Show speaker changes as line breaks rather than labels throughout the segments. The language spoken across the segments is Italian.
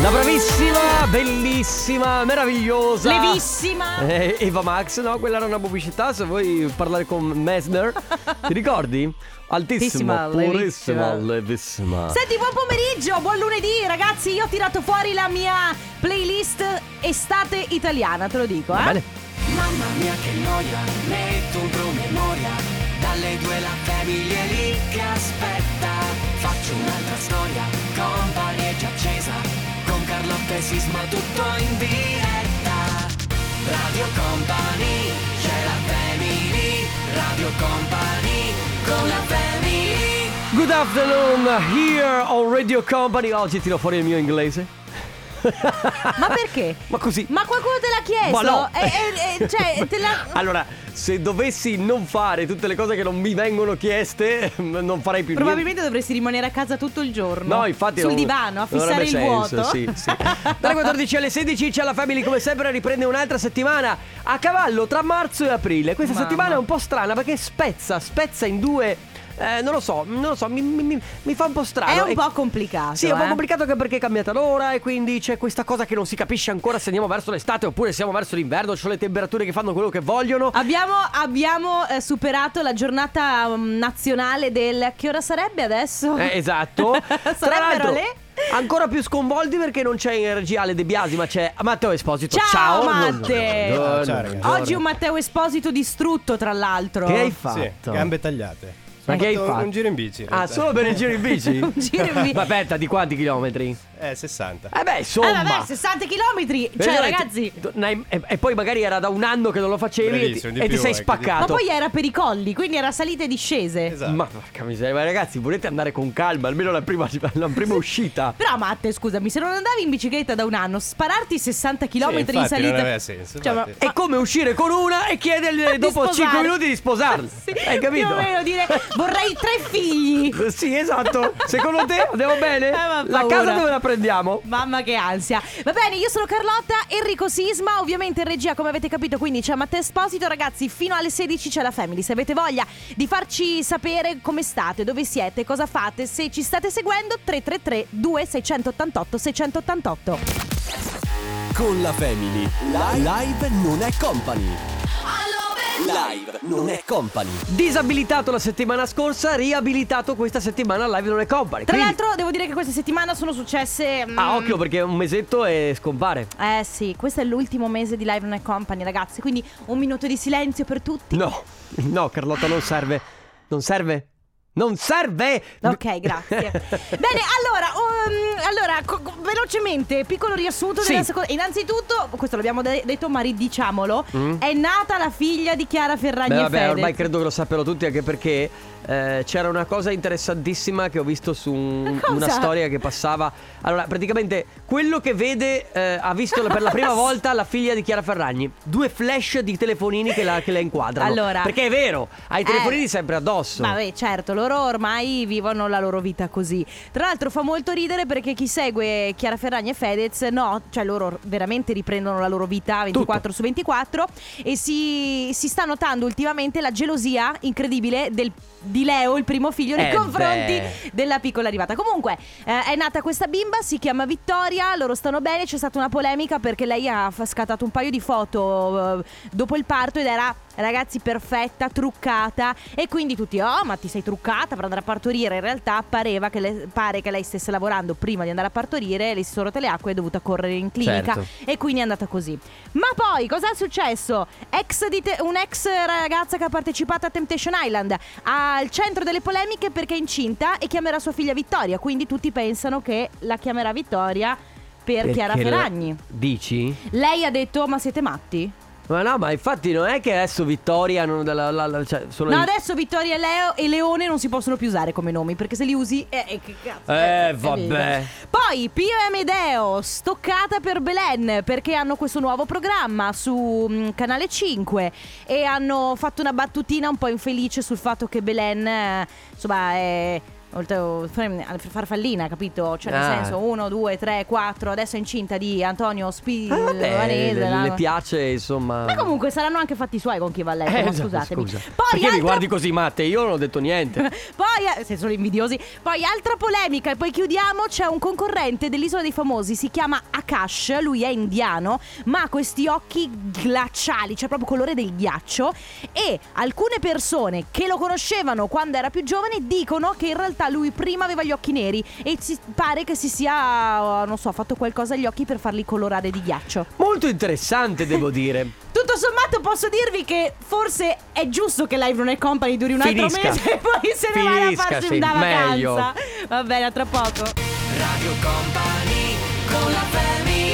La bravissima, bellissima, meravigliosa.
Levissima.
Eh, Eva Max, no? Quella era una pubblicità, se vuoi parlare con Messner. Ti ricordi? Altissima,
Altissima,
purissima,
levissima.
levissima.
Senti, buon pomeriggio, buon lunedì, ragazzi. Io ho tirato fuori la mia playlist estate italiana, te lo dico,
Va
eh.
Bene.
Mamma mia che noia, metto un promemoria Dalle due la famiglia è lì che aspetta Faccio un'altra storia, company è già accesa Con Carlotta e Sisma tutto in diretta Radio Company, c'è la family Radio Company, con la family
Good afternoon, here on Radio Company. Oggi tiro fuori il mio inglese.
Ma perché?
Ma così.
Ma qualcuno te l'ha chiesto?
Ma no.
Eh, eh, eh, cioè, te l'ha...
Allora, se dovessi non fare tutte le cose che non mi vengono chieste, non farei più niente.
Probabilmente dovresti rimanere a casa tutto il giorno.
No, infatti
Sul
non-
divano,
non
a fissare il
avrebbe senso,
vuoto.
Sì, sì. Dalle 14 alle 16 c'è la Family come sempre riprende un'altra settimana a cavallo tra marzo e aprile. Questa
Mamma.
settimana è un po' strana perché spezza, spezza in due eh, non lo so, non lo so, mi, mi- mi- mi fa un po' strano.
È un
E-
po' complicato.
Sì, è un po'
eh.
complicato anche perché è cambiata l'ora e quindi c'è questa cosa che non si capisce ancora se andiamo verso l'estate oppure siamo verso l'inverno, ci sono le temperature che fanno quello che vogliono.
Abbiamo, abbiamo, eh, superato la giornata mm, nazionale del... Che ora sarebbe adesso?
Eh, esatto. Tra l'altro,
Sarebbero le...
ancora più sconvolti perché non c'è in regia Ale De Biasi, ma c'è Matteo Esposito.
Ciao,
Ciao
Matte.
Buongiorno.
Ciao, ragazzi.
Oggi un Matteo Esposito distrutto, tra l'altro.
Che hai
Sì,
fatto?
gambe tagliate.
Ma
Ho
che hai
fatto
fatto?
Un giro in bici. in
Ah,
realtà.
solo per il giro in bici?
Un giro in bici.
Ma aspetta, di quanti chilometri?
Eh, 60.
Eh beh,
Eh,
insomma.
vabbè, 60 km. Cioè,
Perché
ragazzi.
t- ne- E, e poi magari era da un anno che non lo facevi e ti,
Bravissimo, di
e ti
più eh,
sei
anche, di-
Ma
spaccato.
poi era per i colli, quindi era salite e discese.
Esatto.
Ma porca miseria, ma ragazzi, volete andare con calma, almeno la prima, la prima uscita.
Però Matte, scusami, se non andavi in bicicletta da un anno, spararti 60 km
Sì,
in
infatti,
salita.
non aveva senso,
Cioè, ma-
infatti.
È come uscire con una e chiederle
Di
dopo 5
sposarla.
minuti di sposarla.
Sì,
Hai capito?
Più o meno dire vorrei tre figli.
Sì, esatto. Secondo te andiamo bene?
Eh, ma
la
paura.
casa dove la prendiamo?
Mamma che ansia. Va bene, io sono Carlotta, Enrico Sisma, ovviamente in regia come avete capito, quindi c'è Matteo Esposito, ragazzi, fino alle 16 c'è la Family. Se avete voglia di farci sapere come state, dove siete, cosa fate, se ci state seguendo 333 2688 688.
Con la Family. Live, non è company. Live non è company.
Disabilitato la settimana scorsa, riabilitato questa settimana al live non è company.
Tra
Quindi-
l'altro devo dire che questa settimana sono successe mm,
Ah, occhio perché un mesetto e scompare.
Eh sì, questo è l'ultimo mese di Live Non è Company, ragazzi, quindi un minuto di silenzio per tutti.
No, no, Carlotta, non serve. Non serve. Non serve!
Ok, grazie. Bene, allora, um, allora, co- co- velocemente, piccolo riassunto.
Sì.
della seconda- Innanzitutto, questo l'abbiamo de- detto, ma ridiciamolo: è nata la figlia di Chiara Ferragni
Mm. Beh,
e
vabbè,
Fedez.
ormai credo che lo sappiano tutti, anche perché eh, c'era una cosa interessantissima che ho visto su un-
Cosa?
una storia che passava. Allora, praticamente quello che vede eh, ha visto per la prima volta la figlia di Chiara Ferragni. Due flash di telefonini che la, che la inquadrano.
Allora.
perché è vero, hai i
Eh.
telefonini sempre addosso.
Vabbè, certo, loro ormai vivono la loro vita così. Tra l'altro fa molto ridere perché chi segue Chiara Ferragni e Fedez, no, cioè loro veramente riprendono la loro vita 24 su 24 e si, si sta notando ultimamente la gelosia incredibile del- di Leo, il primo figlio, nei
Eh,
confronti
beh.
della piccola arrivata. Comunque eh, è nata questa bimba, si chiama Vittoria, loro stanno bene, c'è stata una polemica perché lei ha f- scattato un paio di foto eh, dopo il parto ed era ragazzi perfetta, truccata e quindi tutti oh ma ti sei truccata per andare a partorire, in realtà pareva che le- pare che lei stesse lavorando prima di andare a partorire, le si sono rotte le acque e è dovuta correre in clinica
Certo.
e quindi è andata così. Ma poi cos'è successo? Ex di te- un'ex ragazza che ha partecipato a Temptation Island al centro delle polemiche perché è incinta e chiamerà sua figlia Vittoria. Quindi tutti pensano che la chiamerà Vittoria per Chiara
Perché la-
Ferragni.
Dici?
Lei ha detto: Ma siete matti?
Ma no, ma infatti non è che adesso Vittoria non, la, la- la- cioè, sono
No,
in-
adesso Vittoria e Leo e Leone non si possono più usare come nomi perché se li usi. Eh, eh, che cazzo.
Eh,
è
vabbè.
Poi Pio e Amedeo, stoccata per Belen perché hanno questo nuovo programma su mm, Canale 5 e hanno fatto una battutina un po' infelice sul fatto che Belen, eh, insomma, è. oltre alla farfallina, capito? Cioè, nel
Ah.
senso, uno, due, tre, quattro. Adesso è incinta di Antonio Spil.
Ah, vabbè,
Varese,
le,
la-
le piace, insomma.
Ma comunque saranno anche fatti suoi con chi va a letto,
Eh,
ma
esatto,
scusatemi.
scusa.
Poi
Perché mi
altra-
guardi così, Matte? Io non ho detto niente.
Poi, eh, se sono invidiosi, poi altra polemica e poi chiudiamo, c'è un concorrente dell'Isola dei Famosi, si chiama Akash, lui è indiano, ma ha questi occhi glaciali, cioè proprio colore del ghiaccio e alcune persone che lo conoscevano quando era più giovane dicono che in realtà lui prima aveva gli occhi neri e si- pare che si sia, non so, fatto qualcosa agli occhi per farli colorare di ghiaccio.
Molto interessante, devo dire.
Tutto sommato posso dirvi che forse è giusto che Live Non è Company duri un altro
Finisca.
mese e poi se ne vada a
Finisca,
farsi
sì,
una vacanza.
meglio.
Va bene, a tra poco.
Radio Company con la family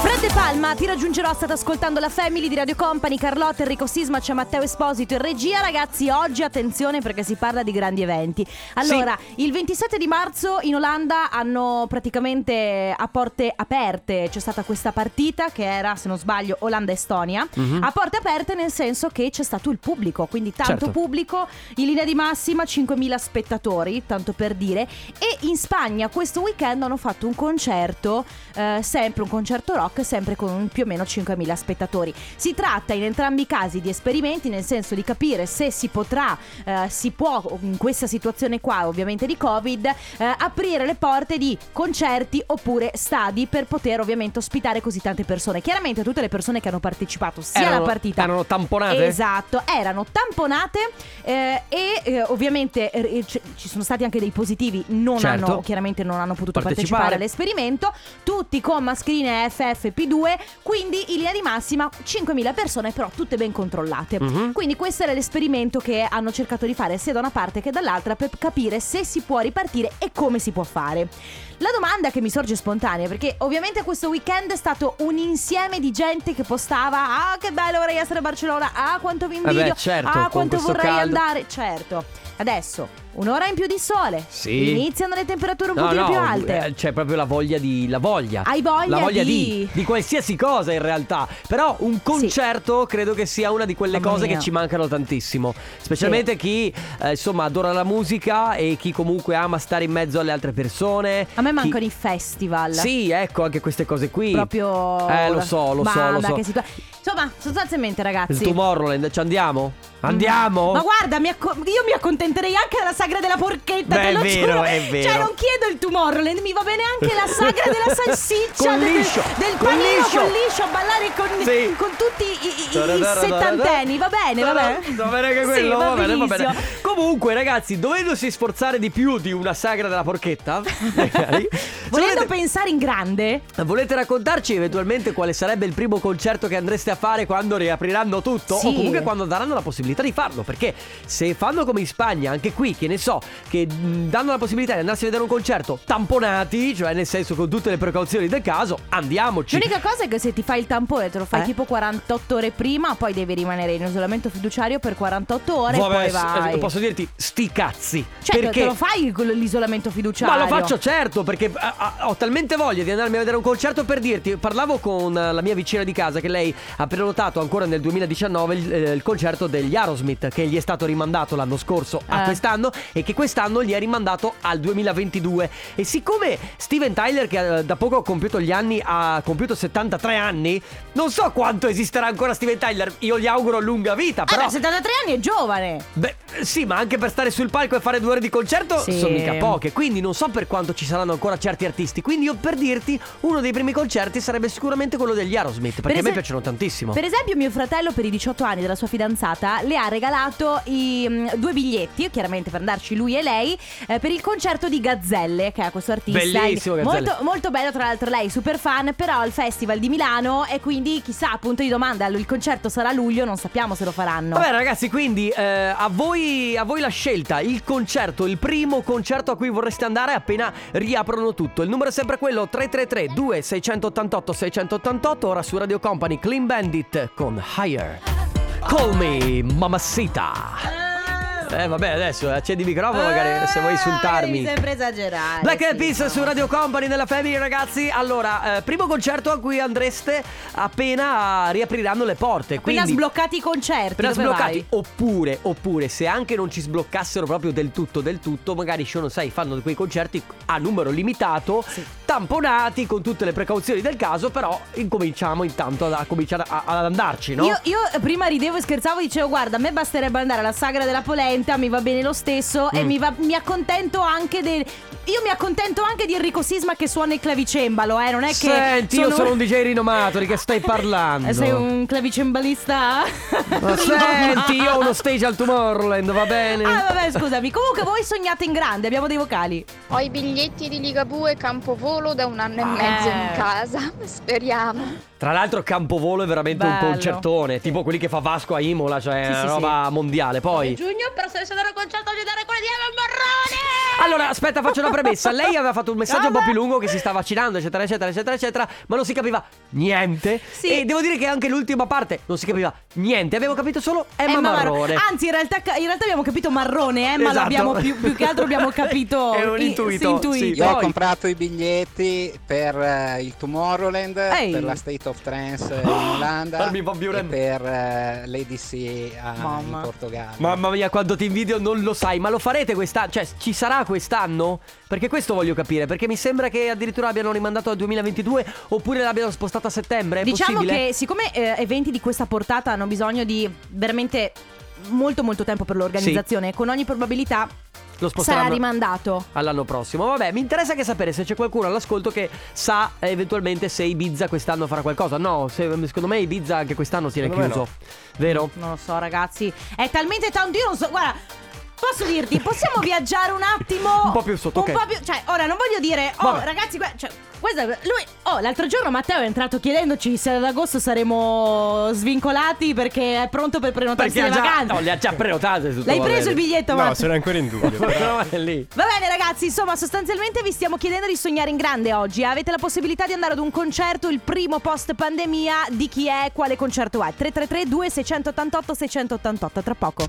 Fred De Palma, ti raggiungerò, state ascoltando la Family di Radio Company, Carlotta, Enrico Sisma, c'è Matteo Esposito in regia. Ragazzi, oggi attenzione perché si parla di grandi eventi. Allora, il 27 di marzo in Olanda hanno praticamente a porte aperte, c'è stata questa partita che era, se non sbaglio, Olanda-Estonia.
Mhm.
A porte aperte nel senso che c'è stato il pubblico, quindi tanto
Certo.
pubblico, in linea di massima 5.000 spettatori, tanto per dire. E in Spagna questo weekend hanno fatto un concerto, eh, sempre un concerto rock, sempre con più o meno 5.000 spettatori. Si tratta in entrambi i casi di esperimenti, nel senso di capire se si potrà, eh, si può in questa situazione qua, ovviamente di Covid, eh, aprire le porte di concerti oppure stadi per poter ovviamente ospitare così tante persone. Chiaramente tutte le persone che hanno partecipato sia alla
Erano-
partita
erano tamponate?
Esatto, erano tamponate eh, e eh, ovviamente eh, c- ci sono stati anche dei positivi, non
Certo.
hanno, chiaramente non hanno potuto partecipare,
Partecipare.
all'esperimento, tutti con mascherine FFP2, quindi in linea di massima 5.000 persone però tutte ben controllate.
Mhm.
Quindi questo era l'esperimento che hanno cercato di fare sia da una parte che dall'altra per capire se si può ripartire e come si può fare. La domanda che mi sorge spontanea, perché ovviamente questo weekend è stato un insieme di gente che postava Ah che bello vorrei essere a Barcellona, ah quanto vi
beh,
invidio,
certo,
ah
con
quanto
questo
vorrei
caldo."
andare, certo. Adesso un'ora in più di sole,
Sì.
iniziano le temperature un
No,
pochino
no,
più alte.
eh, c'è proprio la voglia di. La voglia.
Hai voglia
la voglia
di-
di... qualsiasi cosa in realtà. Però un concerto credo che sia una di quelle
Mamma
cose
mia.
che ci mancano tantissimo. Specialmente chi eh, insomma adora la musica e chi comunque ama stare in mezzo alle altre persone.
A me
Chi-
mancano i festival.
Sì, ecco anche queste cose qui.
Proprio
Eh, lo so, lo so, lo
Banda,
so.
che situa- Insomma, sostanzialmente
Il
ragazzi
Tomorrowland, ci andiamo? Andiamo?
Mm. Ma guarda, mi acco- io mi accontenterei anche della sagra della porchetta,
Beh,
te
è
lo
vero,
giuro.
è vero.
Cioè, non chiedo il Tomorrowland, mi va bene anche la sagra della salsiccia,
Con
del,
liscio,
del
con
panino
liscio.
con liscio, a ballare con,
Sì.
con tutti i, i- i settantenni, va bene, va bene.
Va bene che
Sì,
quello, va, bene, va bene.
benissimo.
Comunque, ragazzi, dovendosi sforzare di più di una sagra della porchetta, magari, se
Volendo
volete-
pensare in grande,
Volete raccontarci eventualmente quale sarebbe il primo concerto che andreste a fare quando riapriranno tutto?
Sì.
O comunque quando daranno la possibilità di farlo? Perché se fanno come in Spagna, anche qui, che ne so, che mh, danno la possibilità di andarsi a vedere un concerto tamponati, cioè nel senso con tutte le precauzioni del caso, andiamoci.
l'unica cosa è che se ti fai il tampone te lo fai
Eh?
tipo 48 ore prima, poi devi rimanere in isolamento fiduciario per 48 ore
Vabbè,
e poi vai.
eh, posso dirti, sti cazzi.
Cioè, te-
perché
te lo fai con l'isolamento fiduciario?
Ma lo faccio certo perché eh, eh, ho talmente voglia di andarmi a vedere un concerto per dirti, parlavo con eh, la mia vicina di casa che lei ha prenotato ancora nel 2019 il, eh, il concerto degli Aerosmith che gli è stato rimandato l'anno scorso a
Eh.
quest'anno e che quest'anno gli è rimandato al 2022 e siccome Steven Tyler che eh, da poco ha compiuto gli anni ha compiuto 73 anni, non so quanto esisterà ancora Steven Tyler, io gli auguro lunga vita,
Ah,
però
beh, 73 anni è giovane.
Beh, sì, ma anche per stare sul palco e fare due ore di concerto
Sì.
sono mica poche. Quindi non so per quanto ci saranno ancora certi artisti. Quindi io per dirti, uno dei primi concerti sarebbe sicuramente quello degli Aerosmith. Perché a me
esem-
piacciono tantissimo.
Per esempio, mio fratello, per i 18 anni della sua fidanzata, le ha regalato i, mm, due biglietti, chiaramente per andarci lui e lei, eh, per il concerto di Gazzelle, che è questo artista.
Bellissimo, Gazzelle.
Molto, molto bello, tra l'altro, lei è super fan, però al Festival di Milano. E quindi, chissà, appunto di domanda, il concerto sarà a luglio, non sappiamo se lo faranno.
Vabbè ragazzi, quindi eh, a, voi, a voi la scelta, il concerto, il primo concerto a cui vorreste andare appena riaprono tutto. Il numero è sempre quello 333 2688 688, ora su Radio Company Clean Bandit con Higher. Call me, mamacita.
Ah,
Eh, vabbè, adesso accendi il microfono
Eh,
magari se vuoi insultarmi.
Devi sempre Ah, esagerare.
Black Eyed
sì,
Peas
no.
su Radio Company nella Family ragazzi Allora, eh, primo concerto a cui andreste appena riapriranno le porte
Appena
quindi-
sbloccati i concerti.
appena
dove
sbloccati
vai?
Oppure, oppure se anche non ci sbloccassero proprio del tutto del tutto Magari ci sono, sai, fanno quei concerti a numero limitato Tamponati con tutte le precauzioni del caso Però incominciamo intanto ad- a, cominciare a- ad andarci, no?
Io, io prima ridevo e scherzavo, dicevo guarda, a me basterebbe andare alla sagra della polenta, mi va bene lo stesso
Mm.
e mi, va- mi accontento anche del... Io mi accontento anche di Enrico Sisma che suona il clavicembalo, eh, non è che... Eh,
Senti, io sono un DJ rinomato, di che stai parlando?
Sei un clavicembalista?
Ma senti, io ho uno stage al Tomorrowland, va bene?
Ah vabbè scusami, comunque voi sognate in grande, abbiamo dei vocali.
Ho i biglietti di Ligabue e Campovolo da un anno e
Ah.
mezzo in casa, speriamo.
Tra l'altro Campovolo è veramente un
Bello.
concertone, tipo quelli che fa Vasco a Imola, cioè
Sì,
una
sì,
roba mondiale. Poi
Giugno per selezionare il concerto di dare quella di Evan Morrone!
Allora, aspetta, faccio una premessa. Lei aveva fatto un messaggio un po'
Vabbè.
più lungo che si sta vaccinando, eccetera, eccetera, eccetera, eccetera, ma non si capiva niente.
Sì.
E devo dire che anche l'ultima parte non si capiva niente. Avevo capito solo Emma,
Emma Eh, Marro-
Marrone.
Anzi, in realtà, in realtà abbiamo capito marrone, eh, ma
Esatto.
l'abbiamo più, più che altro abbiamo capito.
È un
i-
intuito,
sì, intuito.
sì.
Io ho
Poi-
comprato i biglietti per eh, il Tomorrowland,
Ehi. Ah,
per la State of Trance in Olanda
Barbie Van
e
Buren.
per eh, l'ADC a-
Mamma.
in Portogallo.
Mamma mia, quando ti invidio non lo sai, ma lo farete quest'anno? Cioè, ci sarà quest'anno? Perché questo voglio capire, perché mi sembra che addirittura abbiano rimandato al 2022 oppure l'abbiano spostata a settembre. È
Diciamo
possibile?
che siccome eh, eventi di questa portata hanno bisogno di veramente molto molto tempo per l'organizzazione, con ogni probabilità
lo sposteranno.
sarà rimandato.
all'anno prossimo. Vabbè, mi interessa che sapere se c'è qualcuno all'ascolto che sa eh, eventualmente se Ibiza quest'anno farà qualcosa. No, se- secondo me Ibiza anche quest'anno tiene
Secondo me
chiuso. Vero?
Non lo so, ragazzi, è talmente tanto io non so, guarda Posso dirti, possiamo viaggiare un attimo?
Un po' più sotto,
Un
ok.
po' più, cioè, ora non voglio dire, oh
Vabbè.
ragazzi, guarda, cioè, questo è- lui, oh, l'altro giorno Matteo è entrato chiedendoci se ad agosto saremo svincolati perché è pronto per prenotarsi
Perché
le
ha già,
vacanze.
no, le ha già prenotate tutto,
L'hai
va
preso il
bene.
biglietto,
No,
Matteo?
sono ancora in dubbio. però.
No, è lì.
Va bene ragazzi, insomma sostanzialmente vi stiamo chiedendo di sognare in grande oggi. eh. Avete la possibilità di andare ad un concerto, il primo post pandemia, di chi è, quale concerto è. 333 2688 688, tra poco.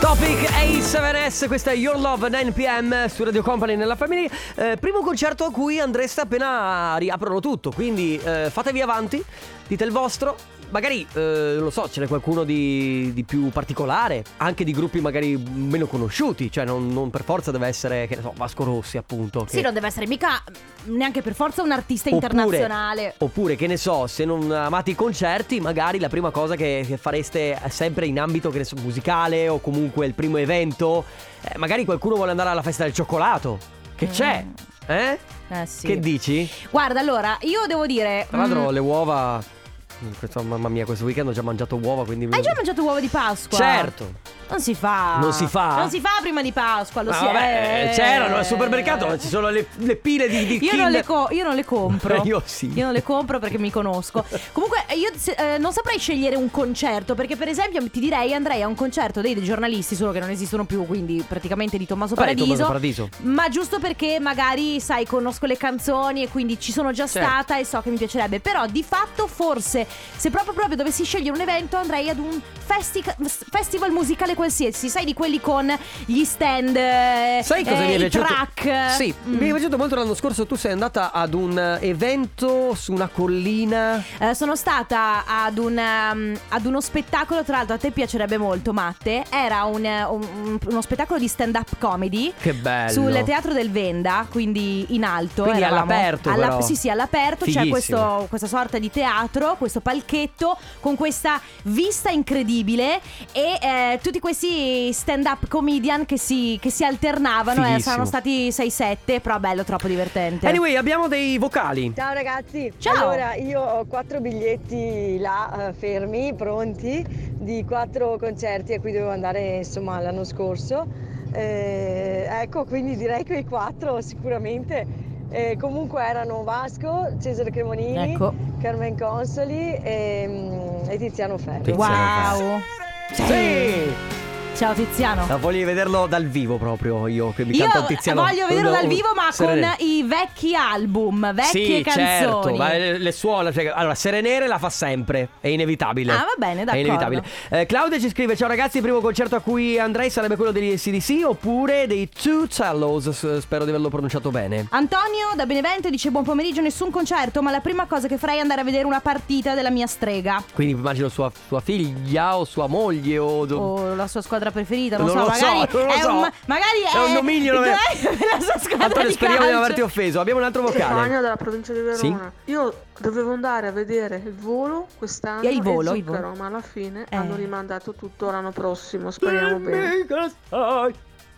Topic A7S, questa è Your Love 9pm su Radio Company nella Family. Eh, primo concerto a cui andreste appena riaprono tutto, quindi eh, fatevi avanti, dite il vostro. Magari, eh, non lo so, ce n'è qualcuno di, di più particolare, anche di gruppi magari meno conosciuti, cioè non, non per forza deve essere, che ne so, Vasco Rossi appunto. che-
Sì, non deve essere mica mm, neanche per forza un artista
Oppure-
internazionale.
Oppure, che ne so, se non amate i concerti, magari la prima cosa che, che fareste è sempre in ambito che ne so, musicale o comunque il primo evento. Eh, magari qualcuno vuole andare alla festa del cioccolato. Che c'è? Eh?
Eh sì.
Che dici?
Guarda, allora, io devo dire...
Tra l'altro,
mm,
le uova. mm, questo- mamma mia, questo weekend ho già mangiato uova, quindi.
hai già mangiato uovo di Pasqua?
Certo.
Non si fa.
Non si fa?
Non si fa prima di Pasqua, lo
Ah,
si
vabbè,
eh.
c'erano al supermercato, ci sono le, le pile di, di
Io non,
Kinder.
le co- io non le compro.
Io sì.
Io non le compro perché mi conosco. Comunque, eh, io se- eh, non saprei scegliere un concerto. Perché, per esempio, ti direi andrei a un concerto dei, dei giornalisti, solo che non esistono più, quindi praticamente di Tommaso
Vabbè, Ah, Tommaso
Paradiso.
Paradiso.
Ma giusto perché magari, sai, conosco le canzoni e quindi ci sono già
Certo.
stata e so che mi piacerebbe. Però di fatto, forse, se proprio proprio dovessi scegliere un evento, andrei ad un festi- festival musicale qualsiasi. Sai, di quelli con gli stand, eh,
Sai cosa
eh,
mi è
i
piaciuto?
track.
Sì,
Mm.
mi è piaciuto molto l'anno scorso. Tu sei andata ad un evento su una collina.
Eh, sono stata ad, un, ehm, ad uno spettacolo, tra l'altro a te piacerebbe molto, Matte. Era un, eh, un- uno spettacolo di stand-up comedy.
Che bello!
Sul teatro del Venda, quindi in alto.
Quindi
eravamo.
all'aperto,
Alla-
però.
Sì, sì, all'aperto c'è
Fighissimo.
questo- questa sorta di teatro, questo palchetto con questa vista incredibile e eh, tutti questi stand-up comedian che si, che si alternavano. Eh,
Fighissimo.
saranno stati 6-7, però bello, troppo divertente.
Anyway, abbiamo dei vocali.
Ciao ragazzi!
Ciao.
Allora, io ho quattro biglietti là eh, fermi, pronti, di quattro concerti a cui dovevo andare insomma l'anno scorso. Eh, ecco, quindi direi quei quattro sicuramente. Eh, comunque erano Vasco, Cesare Cremonini,
Ecco.
Carmen Consoli e, mm, e Tiziano Ferro.
Tiziano
Wow.
Sì!
Ciao Tiziano.
Ma voglio vederlo dal vivo proprio io che mi
Io
canta Tiziano.
voglio vederlo dal vivo, ma
Serenere.
con i vecchi album, vecchie
sì,
canzoni.
certo, ma le, le suola. cioè, allora, Serenere la fa sempre, è inevitabile.
Ah, va bene, d'accordo.
È inevitabile. Eh, Claudia ci scrive: Ciao ragazzi, il primo concerto a cui andrei sarebbe quello degli CDC oppure dei Two Cellos. S- Spero di averlo pronunciato bene.
Antonio da Benevento dice buon pomeriggio, nessun concerto, ma la prima cosa che farei è andare a vedere una partita della mia strega.
Quindi immagino sua, sua figlia o sua moglie o.
O la sua squadra preferita, Oh, non,
Non
so,
lo so,
magari
non lo
è
so.
un magari
È un nomignolo,
dov'è
eh.
la sua squadra
Antonio,
di
speriamo di non
calcio?
averti offeso. Abbiamo un altro vocale.
Stefania dalla provincia di Verona. Io dovevo andare a vedere il volo quest'anno
E il volo, il
Zucchero,
volo.
ma alla fine
Eh.
hanno rimandato tutto l'anno prossimo, speriamo bene.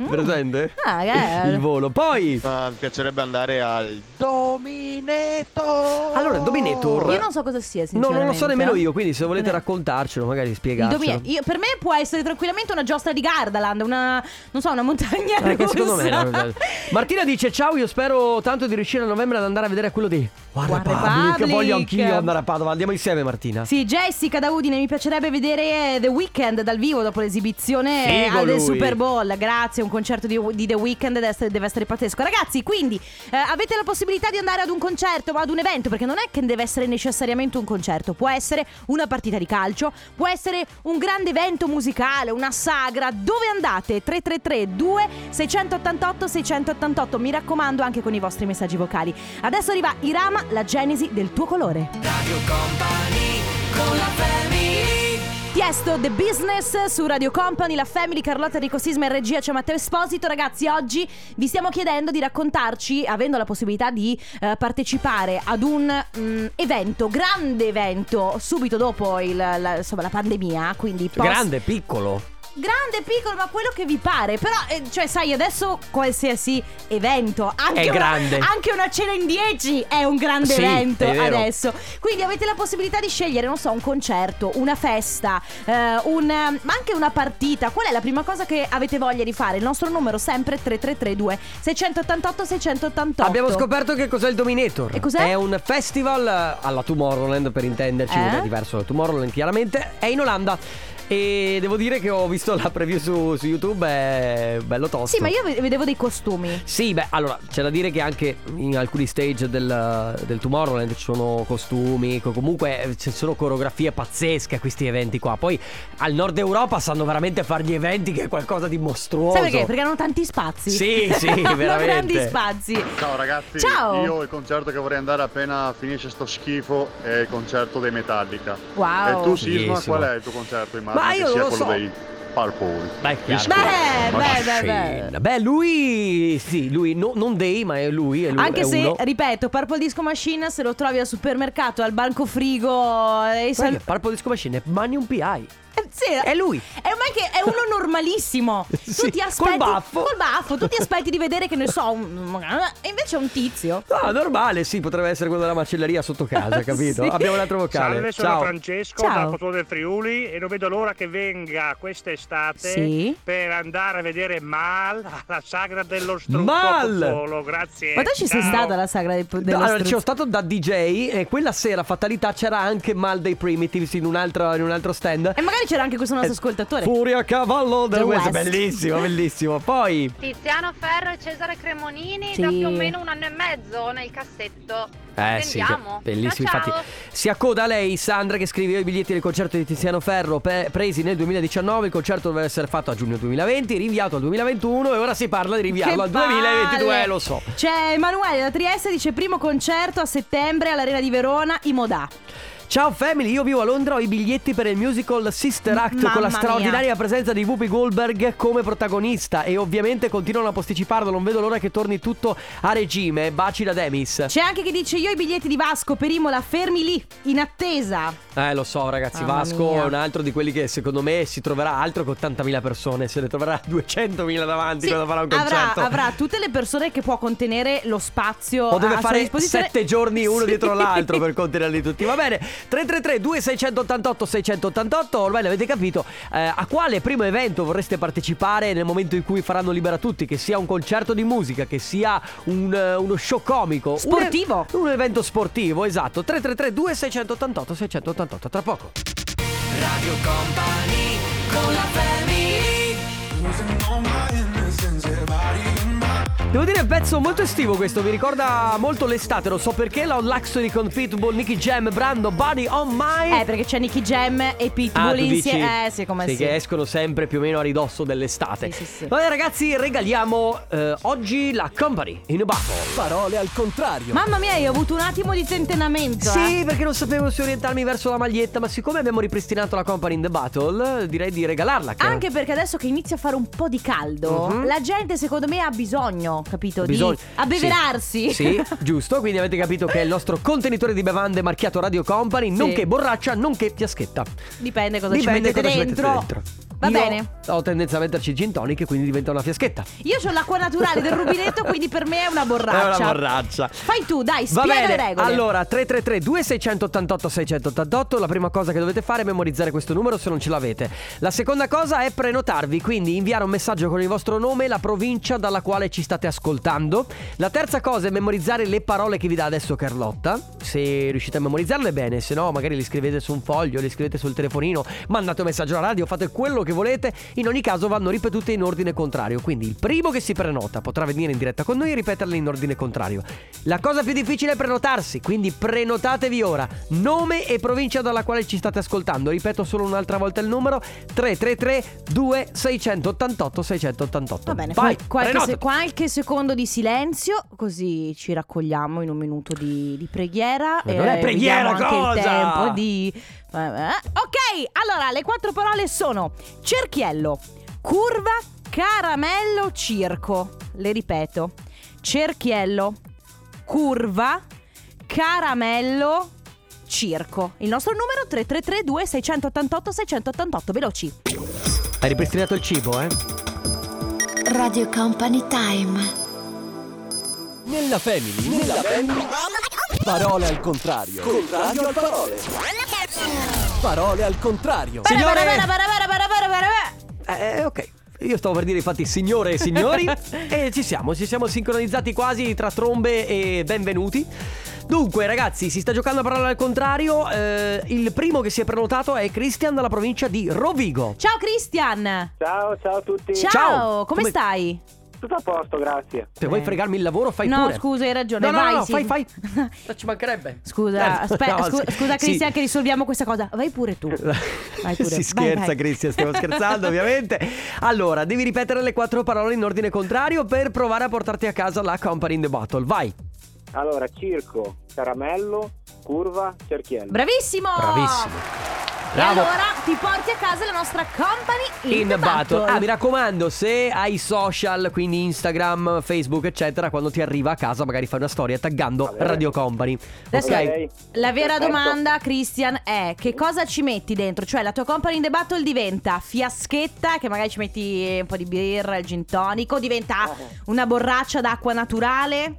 Mm.
Presente?
Ah, che-
Il volo. Poi.
mi piacerebbe andare al
Domineto!
Allora, Dominator.
Oh. Io non so cosa sia,
No,
sinceramente.
non lo so nemmeno io, quindi se volete
Ne-
raccontarcelo, magari
Il
spiegarcelo.
Domine- io- per me può essere tranquillamente una giostra di Gardaland, una non so, una montagna
Perché
russa.
Eh, secondo me era una- Martina dice ciao io spero tanto di riuscire a novembre ad andare a vedere quello di Guarda
One
Republic
Republic.
voglio anch'io andare a Padova andiamo insieme Martina
Sì, Jessica da Udine, mi piacerebbe vedere eh, The Weeknd dal vivo dopo l'esibizione eh,
Figo
al- del
lui.
Super Bowl. Grazie, un concerto di, di The Weeknd deve essere, deve essere pazzesco. Ragazzi, quindi eh, avete la possibilità di andare ad un concerto, ma ad un evento, perché non è che deve essere necessariamente un concerto, può essere una partita di calcio, può essere un grande evento musicale, una sagra. Dove andate? 333 2 688 688. Mi raccomando anche con i vostri messaggi vocali. Adesso arriva Irama, la genesi del tuo colore. Tiesto The Business su Radio Company, la Family, Carlotta Enrico Sisma in regia, c'è Matteo Esposito. Ragazzi, oggi vi stiamo chiedendo di raccontarci, avendo la possibilità di eh, partecipare ad un mm, evento, grande evento, subito dopo il- la, insomma, la pandemia, quindi post-
grande piccolo
Grande, piccolo, ma quello che vi pare. Però, eh, cioè, sai, adesso qualsiasi evento, anche,
È
una,
grande.
anche una cena in 10 è un grande
Sì,
evento
è vero.
adesso. Quindi avete la possibilità di scegliere, non so, un concerto, una festa, eh, un, eh, ma anche una partita. Qual è la prima cosa che avete voglia di fare? Il nostro numero sempre 3332 688 688.
abbiamo scoperto che cos'è il Dominator
E cos'è?
è un festival eh, alla Tomorrowland per intenderci
Eh?
non è diverso da Tomorrowland chiaramente è in Olanda e devo dire che ho visto la preview su, su YouTube è bello tosto
Sì, ma io ve- vedevo dei costumi.
Sì, beh, allora c'è da dire che anche in alcuni stage del, del Tomorrowland ci sono costumi, co- comunque eh, ci sono coreografie pazzesche a questi eventi qua. Poi al nord Europa sanno veramente fare gli eventi che è qualcosa di mostruoso.
Sai perché? Perché hanno tanti spazi.
Sì, sì,
Hanno
veramente.
grandi spazi.
Ciao ragazzi,
Ciao.
io il concerto che vorrei andare appena finisce sto schifo è il concerto dei Metallica.
Wow.
E tu Sisma
Fighissimo.
qual è il tuo concerto? Immagino
Ma io
che sia
non lo
quello
so.
dei Purple.
Beh, chiaro.
Disco.
Eh, Beh,
Ma-
beh, beh, beh.
Scena. Beh, lui, sì, lui, no- non dei, ma è lui. È lui
Anche
è
se, eh,
uno.
ripeto, Purple Disco Machine se lo trovi al supermercato, al banco frigo eh, e
Guarda che Purple Disco Machine è Money un PI.
Eh, sì,
È lui.
È, ormai che è uno normalissimo.
Sì,
tu ti
col
aspetti
baffo.
col baffo, tu ti aspetti di vedere che ne so, un- e invece è un tizio.
Ah, normale, sì, potrebbe essere quello della macelleria sotto casa, capito?
Sì.
Abbiamo un altro vocale.
Salve, sono
Ciao.
Francesco
Ciao.
da Cotone del Friuli e non vedo l'ora che venga quest'estate
Sì.
per andare a vedere Mal alla sagra dello strutto
Mal!
a Popolo. Grazie.
Ma te ci sei
Ciao.
stata alla sagra del dello
allora,
struzzo?
c'ero stato da DJ e quella sera, fatalità, c'era anche Mal dei Primitives in un altro, in un altro stand.
E magari c'era anche questo
Eh,
nostro ascoltatore.
Furia a cavallo del
The
West.
West.
Bellissimo, bellissimo. Poi,
Tiziano Ferro e Cesare Cremonini
Sì.
da più o meno un anno e mezzo nel cassetto.
eh sì,
Andiamo.
be- bellissimo.
Ciao, ciao.
Infatti, si accoda a lei, Sandra, che scrive i biglietti del concerto di Tiziano Ferro pe- presi nel 2019. Il concerto doveva essere fatto a giugno 2020, rinviato al 2021 e ora si parla di
Che
rinviarlo al 2022.
palle!
Lo so.
C'è Emanuele da Trieste, dice primo concerto a settembre all'Arena di Verona, i Modà.
Ciao family, io vivo a Londra, ho i biglietti per il musical Sister Act
Mamma
con la
mia.
straordinaria presenza di Whoopi Goldberg come protagonista e ovviamente continuano a posticiparlo, non vedo l'ora che torni tutto a regime. Baci da Demis.
C'è anche chi dice io i biglietti di Vasco per Imola fermi lì, in attesa.
Eh lo so ragazzi,
Mamma
Vasco
mia.
è un altro di quelli che secondo me si troverà altro che 80.000 persone, se ne troverà 200.000 davanti
Sì,
quando farà un
avrà,
concerto.
avrà tutte le persone che può contenere lo spazio
O
a
deve
sua
fare
disposizione.
sette giorni uno
Sì.
dietro l'altro per contenerli tutti. Va bene. 333 2688 688 ormai l'avete capito. Eh, a quale primo evento vorreste partecipare nel momento in cui faranno libera tutti? Che sia un concerto di musica, che sia un, eh, uno show comico. un e-
Sportivo.
Un, evento sportivo, esatto. 333 2688 688 tra poco. Radio Company con la Devo dire, pezzo molto estivo questo, mi ricorda molto l'estate, non so perché, la Luxury con Pitbull, Nicky Jam, Brando, Body on My.
Eh, perché c'è Nicky Jam e Pitbull
Ah, tu dici?
insieme. Eh, sì, come
Sì,
sì.
che escono sempre più o meno a ridosso dell'estate.
Sì, sì, sì.
Vabbè ragazzi, regaliamo eh, oggi la Company in a Battle.
Parole al contrario.
Mamma mia, io ho avuto un attimo di eh. tentenamento.
Sì, perché non sapevo se orientarmi verso la maglietta, ma siccome abbiamo ripristinato la Company in the Battle, direi di regalarla. che-
Anche perché adesso che inizia a fare un po' di caldo,
Mhm.
la gente secondo me ha bisogno, capito?
Bisogna-
Di abbeverarsi.
Sì, sì, giusto. Quindi avete capito che è il nostro contenitore di bevande marchiato Radio Company, nonché borraccia, nonché fiaschetta.
Dipende cosa
Dipende
ci mettete
cosa ci mettete
dentro.
dentro.
Va
Io
bene.
Ho tendenza a metterci gin tonic e quindi diventa una fiaschetta.
Io ho l'acqua naturale del rubinetto, quindi per me è una borraccia.
È una borraccia.
Fai tu, dai,
Va
spiega
bene,
le regole.
allora 333 2688 688 La prima cosa che dovete fare è memorizzare questo numero se non ce l'avete La seconda cosa è prenotarvi Quindi inviare un messaggio con il vostro nome e la provincia dalla quale ci state ascoltando La terza cosa è memorizzare le parole che vi dà adesso Carlotta Se riuscite a memorizzarle bene Se no magari le scrivete su un foglio, le scrivete sul telefonino Mandate un messaggio alla radio, fate quello che volete In ogni caso vanno ripetute in ordine contrario Quindi il primo che si prenota potrà venire in diretta con noi e ripeterle in ordine contrario la cosa più difficile è prenotarsi, quindi prenotatevi ora. Nome e provincia dalla quale ci state ascoltando. Ripeto solo un'altra volta il numero 333 2688 688.
Va bene,
Vai,
fai qualche, se-
prenotati.
qualche secondo di silenzio, così ci raccogliamo in un minuto di, di preghiera.
Ma non è preghiera,
vediamo anche
cosa?
il tempo di- eh, eh. Ok, allora le quattro parole sono cerchiello, curva, caramello, circo. Le ripeto, cerchiello, curva, caramello, circo. Il nostro numero 3332 688 688, veloci.
Hai ripristinato il cibo, eh?
Radio Company Time.
Nella family, nella, family. Parole al contrario. Contrario al parole. Parole al contrario.
Signore-
Bara, bara, bara, bara, bara, bara, bara, bara.
Eh, ok. Io stavo per dire infatti signore e signori e ci siamo, ci siamo sincronizzati quasi tra trombe e benvenuti. Dunque ragazzi, si sta giocando a parola al contrario, eh, il primo che si è prenotato è Christian dalla provincia di Rovigo.
Ciao Christian!
Ciao, ciao a tutti.
Ciao,
Ciao,
come,
come-
stai?
Tutto a posto, grazie.
Se vuoi fregarmi il lavoro fai
Eh. no,
pure.
scusa, hai ragione.
No, no,
vai,
no,
sì.
fai, fai. Ci mancherebbe.
Scusa,
Eh,
aspe-
no,
scu-
sì,
scusa
sì.
Cristian che risolviamo questa cosa. Vai pure tu. Vai pure.
Si scherza,
vai, vai.
Cristian, stiamo scherzando ovviamente. Allora, devi ripetere le quattro parole in ordine contrario per provare a portarti a casa la Company in the Bottle. Vai.
Allora, circo, caramello, curva, cerchiello.
Bravissimo!
Bravissimo.
E
Bravo.
allora ti porti a casa la nostra company in,
In
the
battle.
battle.
Ah, mi raccomando, se hai social, quindi Instagram, Facebook, eccetera, quando ti arriva a casa magari fai una storia taggando Radio Company.
Adesso
Ok?
La vera
Perfetto.
domanda, Christian, è che cosa ci metti dentro? Cioè, la tua company in the battle diventa fiaschetta, che magari ci metti un po' di birra, il gin tonico,
Ah.
diventa una borraccia d'acqua naturale.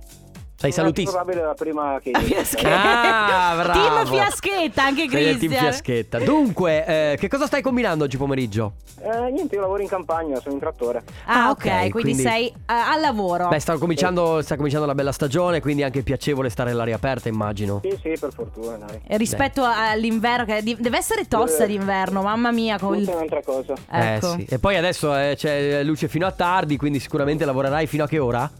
Sei salutissimo.
Probabile la prima che...
Ah, bravo.
Team fiaschetta, anche
Sei del team
Christian.
fiaschetta. Dunque, eh, che cosa stai combinando oggi pomeriggio?
Eh, niente, io lavoro in campagna, sono in trattore.
Ah, ok,
ok,
quindi,
quindi-
sei eh, al lavoro.
Beh, sta
Eh.
cominciando, sta cominciando la bella stagione, quindi è anche piacevole stare all'aria aperta, immagino.
Sì, sì, per fortuna, dai.
Eh, Rispetto all'inverno, che di- deve essere tosta d'inverno, mamma mia. Con
Questa Eh, è
il...
un'altra cosa.
Ecco.
Eh sì. E poi adesso eh, c'è luce fino a tardi, quindi sicuramente lavorerai fino a che ora?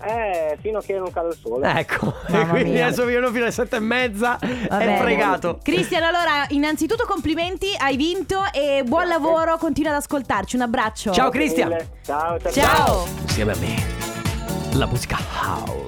Eh, fino a che non cade il sole.
Ecco.
Mamma
quindi
mia.
adesso vivono fino alle sette e mezza.
Va
è
bene.
fregato.
Cristian, allora, innanzitutto complimenti, hai vinto e buon lavoro, continua ad ascoltarci. Un abbraccio.
Ciao Cristian.
Ciao, ciao.
Ciao.
Insieme a me. La musica house.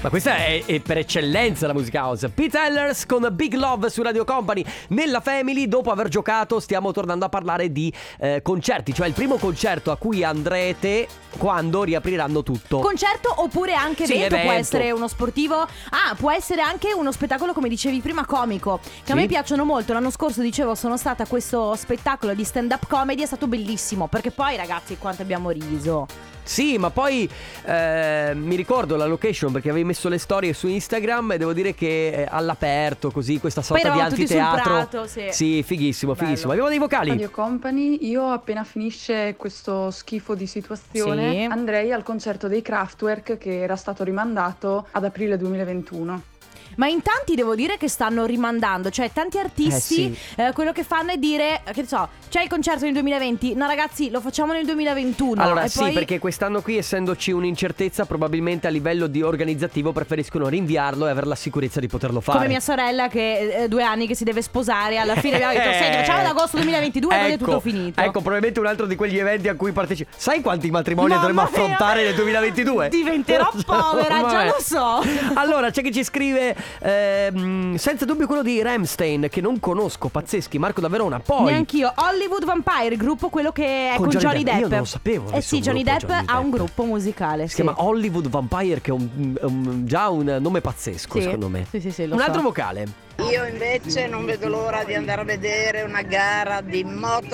Ma questa è, è per eccellenza la musica house. Pete Ellers con Big Love su Radio Company. Nella Family, dopo aver giocato, stiamo tornando a parlare di eh, concerti. Cioè il primo concerto a cui andrete quando riapriranno tutto.
Concerto oppure anche
Sì,
evento, può
evento.
essere uno sportivo, ah, può essere anche uno spettacolo come dicevi prima comico, che a
Sì.
me piacciono molto. L'anno scorso dicevo sono stata a questo spettacolo di stand up comedy, è stato bellissimo, perché poi ragazzi quanto abbiamo riso.
Sì, ma poi eh, mi ricordo la location perché avevi messo le storie su Instagram e devo dire che eh, all'aperto, così, questa
Poi
sorta di
eravamo tutti sul
antiteatro.
prato, sì.
fighissimo,
Bello.
fighissimo. Abbiamo dei vocali.
Radio Company, io appena finisce questo schifo di situazione
Sì.
andrei al concerto dei Kraftwerk che era stato rimandato ad aprile 2021.
Ma in tanti devo dire che stanno rimandando, cioè tanti artisti
Eh,
eh, quello che fanno è dire, eh, che ne so, c'è il concerto nel 2020, no ragazzi lo facciamo nel 2021.
Allora
e
sì,
poi...
perché quest'anno qui essendoci un'incertezza probabilmente a livello di organizzativo preferiscono rinviarlo e avere la sicurezza di poterlo fare.
Come mia sorella che eh, due anni che si deve sposare, alla fine abbiamo detto, senti facciamo ad agosto 2022 e poi è
Eh. Ecco,
tutto finito.
Ecco, probabilmente un altro di quegli eventi a cui partecipo. Sai quanti matrimoni dovremo
Mamma mia!
affrontare nel 2022?
Diventerò povera, già
Vabbè.
lo so.
Allora, c'è chi ci scrive, ehm, senza dubbio quello di Ramstein, che non conosco, pazzeschi, Marco da Verona. Poi,
Neanch'io. Hollywood Vampire, gruppo quello che è
Con
con,
Johnny
Johnny
Depp.
Depp.
Io non lo sapevo
Eh
avesse
sì,
un
Johnny
gruppo
Depp
Johnny
ha un
Depp.
gruppo musicale.
si chiama Hollywood Vampire, che è un- un- già un nome pazzesco,
Sì.
secondo me.
Sì, sì, sì, lo
un
so.
altro vocale.
Io invece non vedo l'ora di andare a vedere una gara di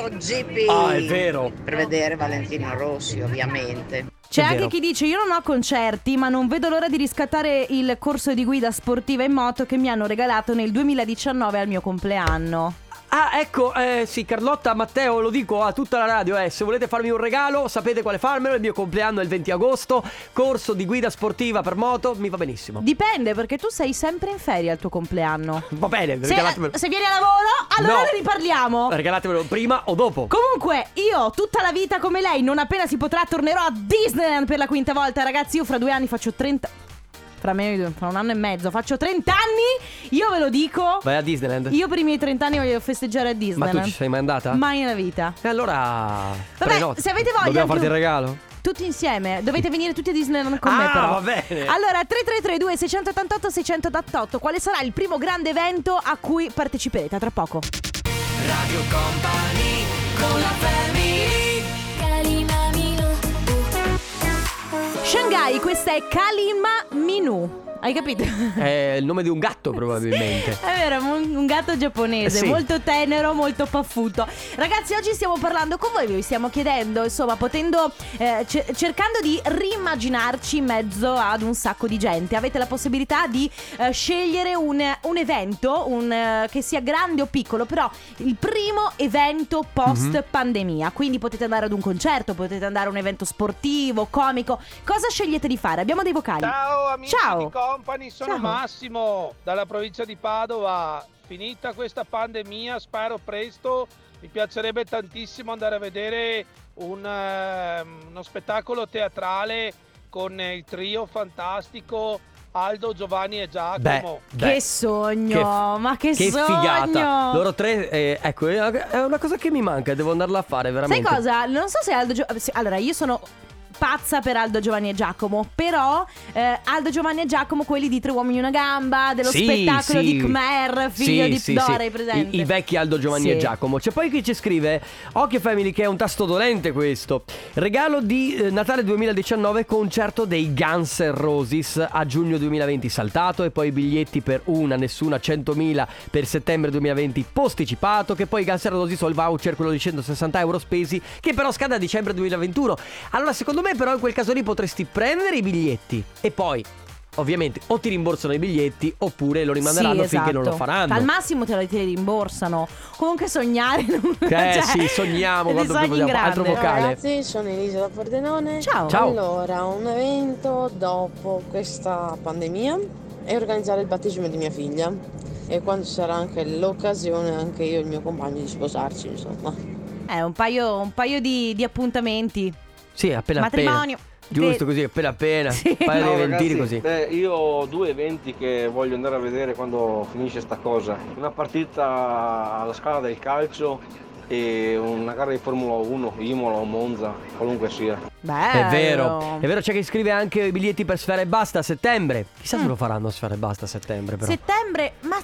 MotoGP.
Ah, è vero.
Per vedere Valentino Rossi, ovviamente.
C'è
È
anche
vero.
chi dice io non ho concerti ma non vedo l'ora di riscattare il corso di guida sportiva in moto che mi hanno regalato nel 2019 al mio compleanno.
Ah, ecco, eh, sì, Carlotta, Matteo, lo dico a tutta la radio, eh, se volete farmi un regalo sapete quale farmelo, il mio compleanno è il 20 agosto, corso di guida sportiva per moto, mi va benissimo.
Dipende perché tu sei sempre in ferie al tuo compleanno.
Va bene,
Se,
regalatemelo.
se vieni a lavoro allora
No. Eh,
ne riparliamo.
Regalatemelo prima o dopo.
Comunque, io tutta la vita come lei, non appena si potrà, tornerò a Disneyland per la quinta volta. Ragazzi, io fra due anni faccio 30. Fra meno di due- fra un anno e mezzo, faccio 30 anni. Io ve lo dico.
Vai a Disneyland?
Io per i miei 30 anni voglio festeggiare a
Ma
Disneyland.
tu ci sei mai andata?
Mai nella vita.
E allora...
Vabbè,
prenota.
se avete voglia
Dobbiamo
anche
farti il
un-
regalo?
Tutti insieme, dovete venire tutti a Disneyland con me
Ah,
però.
va bene.
Allora, 3332 688 688, quale sarà il primo grande evento a cui parteciperete? A tra poco.
Radio Company con la
Shanghai, questa è Kalima Minu. Hai capito?
È il nome di un gatto probabilmente.
È vero, un, un gatto giapponese,
Eh sì.
molto tenero, molto paffuto. Ragazzi, oggi stiamo parlando con voi, vi stiamo chiedendo, insomma, potendo, eh, ce- cercando di rimmaginarci in mezzo ad un sacco di gente. Avete la possibilità di eh, scegliere un, un evento, un, eh, che sia grande o piccolo, però il primo evento post pandemia. Quindi potete andare ad un concerto, potete andare a un evento sportivo, comico. Cosa scegliete di fare? Abbiamo dei vocali.
Ciao amici
Ciao.
di Company, sono
Ciao.
Massimo dalla provincia di Padova. Finita questa pandemia, spero presto. Mi piacerebbe tantissimo andare a vedere un, ehm, uno spettacolo teatrale con eh, il trio fantastico Aldo, Giovanni e Giacomo.
Beh,
che sogno,
che f-
ma che,
che
sogno.
figata. Loro tre, eh, ecco, è è una cosa che mi manca, devo andarla a fare
Sai
veramente.
cosa? Non so se Aldo Gio- se- Allora, io sono pazza per Aldo Giovanni e Giacomo, però eh, Aldo Giovanni e Giacomo, quelli di Tre Uomini e una Gamba, dello
Sì,
spettacolo
sì.
di Khmer, figlio
Sì,
di
sì,
Dora,
sì.
hai presente?
I, i vecchi Aldo Giovanni
Sì.
e Giacomo. C'è poi chi ci scrive: Occhio Family, che è un tasto dolente questo. Regalo di eh, Natale 2019, concerto dei Guns N' Roses a giugno 2020 saltato. E poi biglietti per una, nessuna, 100.000 per settembre 2020 posticipato. Che poi i Guns N' Roses ho il voucher, quello di 160 euro spesi, che però scade a dicembre 2021. Allora, secondo me, però, in quel caso lì potresti prendere i biglietti e poi. Ovviamente o ti rimborsano i biglietti oppure lo rimanderanno
Sì,
finché non lo
esatto.
faranno.
Al massimo te lo te li rimborsano. Comunque sognare non
Eh,
cioè,
sì, sogniamo
dei
quanto più
sogni in
vogliamo. Altro
grande.
vocale.
Ragazzi, sono Elisa da Pordenone.
Ciao.
Ciao.
Allora, un evento dopo questa pandemia è organizzare il battesimo di mia figlia. E quando ci sarà anche l'occasione, anche io e il mio compagno di sposarci, insomma.
Eh, un paio, un paio di, di appuntamenti.
Sì, appena
Matrimonio.
appena. Giusto
Te-
così, appena appena.
Sì.
Un paio di
Ciao,
eventini
ragazzi.
così.
Beh, Eh, io ho due eventi che voglio andare a vedere quando finisce sta cosa. Una partita alla scala del calcio e una gara di Formula 1, Imola o Monza, qualunque sia.
Eh,
È vero. È vero, c'è chi scrive anche i biglietti per Sfera e Basta a settembre. Chissà
Mm.
se lo faranno a Sfera e Basta a settembre, però.
Settembre, ma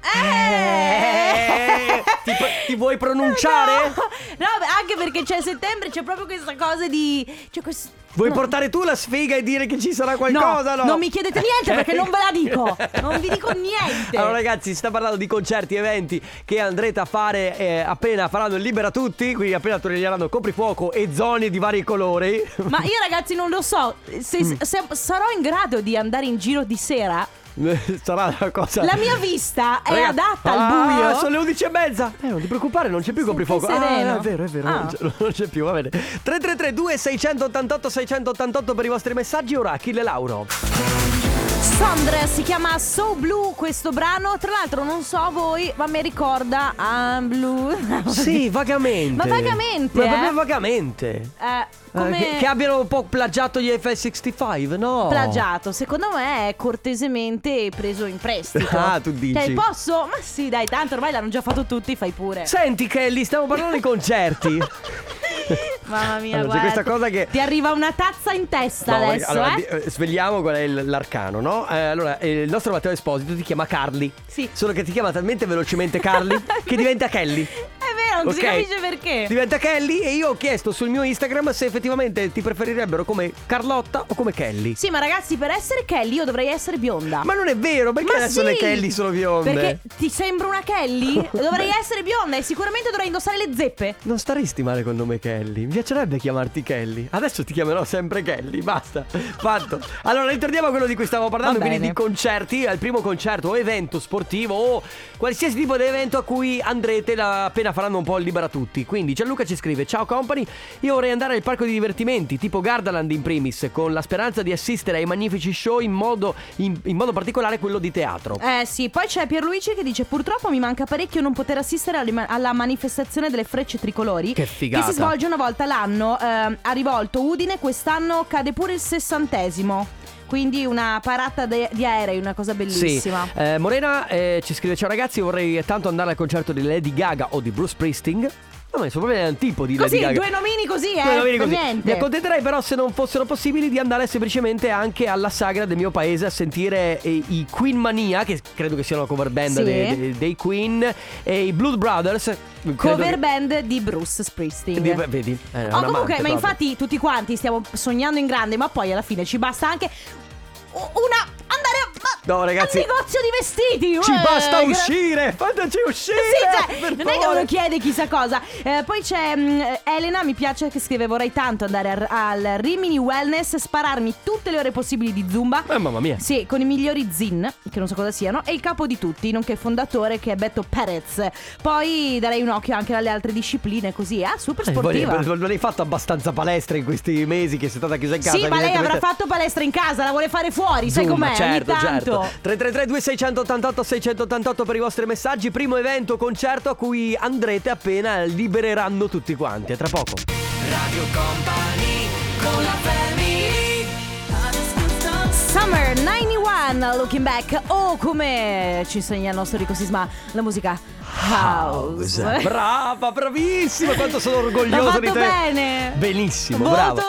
Eh, ti, ti vuoi pronunciare?
No, beh, anche perché c'è settembre, c'è proprio questa cosa di. Cioè questo.
Vuoi
no.
portare tu la sfiga e dire che ci sarà
No,
qualcosa? No,
non mi chiedete niente
Ok.
perché non ve la dico. Non vi dico niente.
Allora ragazzi, si sta parlando di concerti, eventi che andrete a fare eh, appena faranno il libera tutti, quindi appena toglieranno coprifuoco e zone di vari colori.
Ma io ragazzi non lo so. Se,
Mm.
se sarò in grado di andare in giro di sera,
Sarà una cosa.
la mia vista è
Raga-
adatta al
Ah,
buio.
sono le 11 e mezza. Eh, non ti preoccupare, non c'è più coprifuoco.
sereno.
Ah, è vero, è vero, non,
Ah.
c'è, non c'è più, va bene. 333 2688 688 per i vostri messaggi, ora Achille Lauro.
Sondre si chiama So Blue questo brano, tra l'altro non so voi, ma mi ricorda I'm Blue.
Sì, vagamente.
Ma vagamente,
Ma
eh?
proprio vagamente.
Eh,
Eh,
come
che, che abbiano un po' plagiato gli FS65, no?
plagiato, secondo me è cortesemente preso in prestito.
Ah, tu dici.
Cioè, posso? Ma sì, dai, tanto ormai l'hanno già fatto tutti, fai pure.
Senti Kelly, stiamo parlando di concerti.
Mamma mia,
Allora, c'è
guarda.
questa cosa che-
Ti arriva una tazza in testa
No, ma-
adesso,
allora,
eh?
di- eh, svegliamo qual è il- l'arcano, no? Eh, allora, eh, il nostro Matteo Esposito ti chiama Carli.
Sì.
Solo che ti chiama talmente velocemente Carli che diventa Kelly.
È vero, Eh, non si
Ok.
capisce perché.
Diventa Kelly e io ho chiesto sul mio Instagram se effettivamente ti preferirebbero come Carlotta o come Kelly.
Sì, ma ragazzi, per essere Kelly io dovrei essere bionda.
Ma non è vero, perché
Ma
adesso
sì!
le Kelly sono bionde?
Perché ti sembro una Kelly? Dovrei essere bionda e sicuramente dovrei indossare le zeppe.
Non staresti male con il nome Kelly. Mi piacerebbe chiamarti Kelly. Adesso ti chiamerò sempre Kelly. Basta. Fatto. Allora, ritorniamo a quello di cui stavo parlando.
Va
Quindi
bene.
di concerti. Al primo concerto o evento sportivo o qualsiasi tipo di evento a cui andrete la- appena faranno un po' libera tutti. Quindi Gianluca ci scrive: Ciao company, io vorrei andare al parco di divertimenti, tipo Gardaland in primis, con la speranza di assistere ai magnifici show in modo, in- in modo particolare quello di teatro.
Eh sì, poi c'è Pierluigi che dice purtroppo mi manca parecchio non poter assistere alle- alla manifestazione delle frecce tricolori
Che figata.
Che si svolge una volta l'anno ehm, a Rivolto, Udine, quest'anno cade pure il sessantesimo Quindi una parata de- di aerei, una cosa bellissima
Sì. Eh, Morena eh, ci scrive: Ciao ragazzi, vorrei tanto andare al concerto di Lady Gaga o di Bruce Priesting. No, ma sono proprio antipodi di
Così,
Lady Gaga.
due nomini così eh,
Due nomini
per
così. Mi
niente
accontenterei però se non fossero possibili di andare semplicemente anche alla sagra del mio paese a sentire eh, i Queen Mania, che credo che siano la cover band
Sì.
dei, dei- dei Queen, e i Blood Brothers. credo
Cover
che-
band di Bruce Springsteen
Di- Vedi, eh, un
Oh, comunque,
amante
ma
proprio.
infatti tutti quanti stiamo sognando in grande, ma poi alla fine ci basta anche u- una andare a, ma-
No, ragazzi.
al negozio di vestiti.
Ci
Eh,
basta
gra-
uscire, fateci uscire!
Sì, cioè,
Eh, per
non è che
favore.
uno chiede chissà cosa. Eh, poi c'è mm, Elena, mi piace che scrive: Vorrei tanto andare al, al Rimini Wellness, spararmi tutte le ore possibili di Zumba.
Eh, mamma mia.
Sì, con i migliori Zin, che non so cosa siano, e il capo di tutti, nonché fondatore che è Beto Perez. Poi darei un occhio anche alle altre discipline, così, ah, super
Eh, voi-
sportiva.
Non hai fatto abbastanza palestra in questi mesi che sei stata chiusa in casa?
Sì, ma lei
evidentemente-
avrà fatto palestra in casa, la vuole fare fuori, sai
Zoom,
com'è?
certo,
Ogni tanto.
certo. 333 2688 688 per i vostri messaggi. Primo evento, concerto a cui andrete appena libereranno tutti quanti. A tra poco.
Radio Company con la
Summer 91, looking back. O come ci insegna il nostro Rico Sisma, la musica house.
esatto. Brava, bravissima, quanto sono
L'ho
orgoglioso
fatto
di te.
bene.
Benissimo,
Voto?
bravo.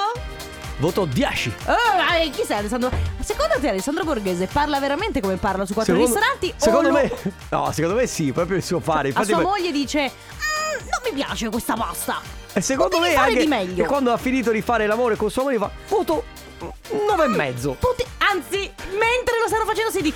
Voto 10.
Oh, eh, chi sei Alessandro? Secondo te Alessandro Borghese parla veramente come parla su quattro ristoranti?
secondo
o lo-
me No, secondo me sì, proprio il suo fare.
a
Infatti,
sua
poi-
moglie dice "Mm, non mi piace questa pasta.
E secondo
Potevi
me
fare
anche
di meglio.
e quando ha finito di fare l'amore con sua moglie fa voto 9 e mezzo.
Pote- Anzi, mentre lo stanno facendo si di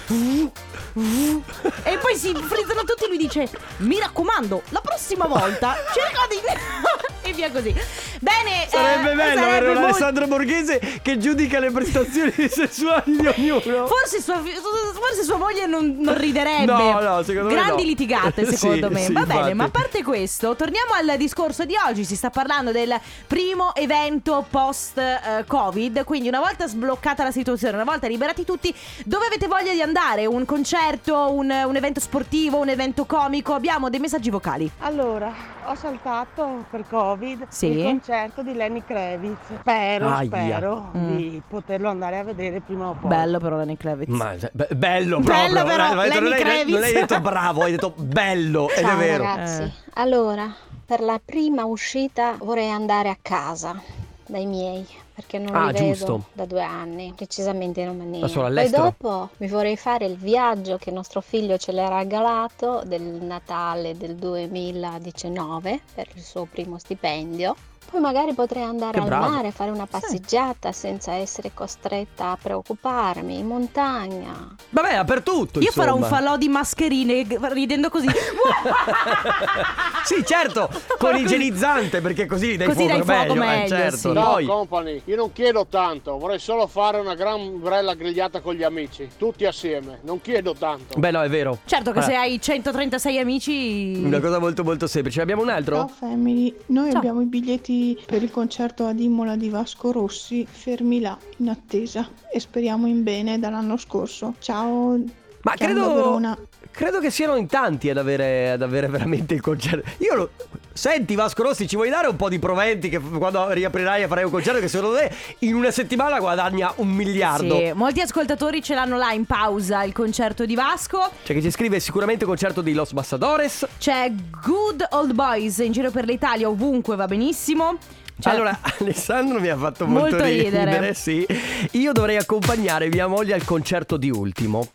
e poi si frizzano tutti e lui dice "Mi raccomando, la prossima volta cerca di" e via così. Bene,
Sarebbe
eh,
bello avere un
molto-
Alessandro Borghese che giudica le prestazioni sessuali di ognuno.
Forse sua, fi- forse sua moglie non, non riderebbe.
No, no, secondo me
Grandi
no.
litigate, secondo
Sì,
me.
sì,
Va bene,
infatti.
ma a parte questo, torniamo al discorso di oggi. Si sta parlando del primo evento post-Covid. quindi, una volta sbloccata la situazione, una volta liberati tutti, dove avete voglia di andare? Un concerto, un, un evento sportivo, un evento comico? Abbiamo dei messaggi vocali.
Allora, ho saltato per Covid
Sì.
il concerto di Lenny Kravitz. Spero,
Aia.
spero
Mm.
di poterlo andare a vedere prima o poi.
Bello, però, Lenny Kravitz.
Ma be- bello
Bello
proprio.
però,
non hai detto-
Lenny
non, hai, non hai
Kravitz.
detto bravo, hai detto bello ed
Ciao
è vero.
ragazzi, Eh. allora per la prima uscita vorrei andare a casa dai miei perché non
Ah,
li vedo
giusto.
da due anni, decisamente non
Da
maniera.
solo
Poi
all'estero?
dopo mi vorrei fare il viaggio che nostro figlio ce l'ha regalato del Natale del 2019 per il suo primo stipendio. Poi magari potrei andare
Che
al
bravo.
mare, fare una passeggiata senza essere costretta a preoccuparmi, in montagna.
Vabbè, dappertutto.
Io farò un
insomma.
falò di mascherine ridendo così.
Sì, certo, con igienizzante, perché così gli dai
Ah! Così
fuoco
dai fuoco
meglio. eh,
meglio,
certo.
sì.
No,
Poi-
company, io non chiedo tanto, vorrei solo fare una gran bella grigliata con gli amici, tutti assieme, non chiedo tanto.
Beh, no, è vero.
Certo che
Guarda,
se hai 136 amici...
Una cosa molto molto semplice. Abbiamo un altro?
Ciao family, noi abbiamo i biglietti per il concerto ad Imola di Vasco Rossi, fermi là, in attesa e speriamo in bene dall'anno scorso. Ciao,
Ma
Gian da
credo,
Verona.
credo che siano in tanti ad avere, ad avere veramente il concerto. Io lo. Senti Vasco Rossi, ci vuoi dare un po' di proventi che quando riaprirai e farai un concerto che secondo te in una settimana guadagna un miliardo?
Sì, molti ascoltatori ce l'hanno là in pausa il concerto di Vasco.
Cioè che ci scrive sicuramente concerto di Los Bassadores.
C'è Good Old Boys in giro per l'Italia, ovunque va benissimo. C'è-
Allora, Alessandro mi ha fatto molto,
Cioè, Molto ridere.
sì. Io dovrei accompagnare mia moglie al concerto di Ultimo.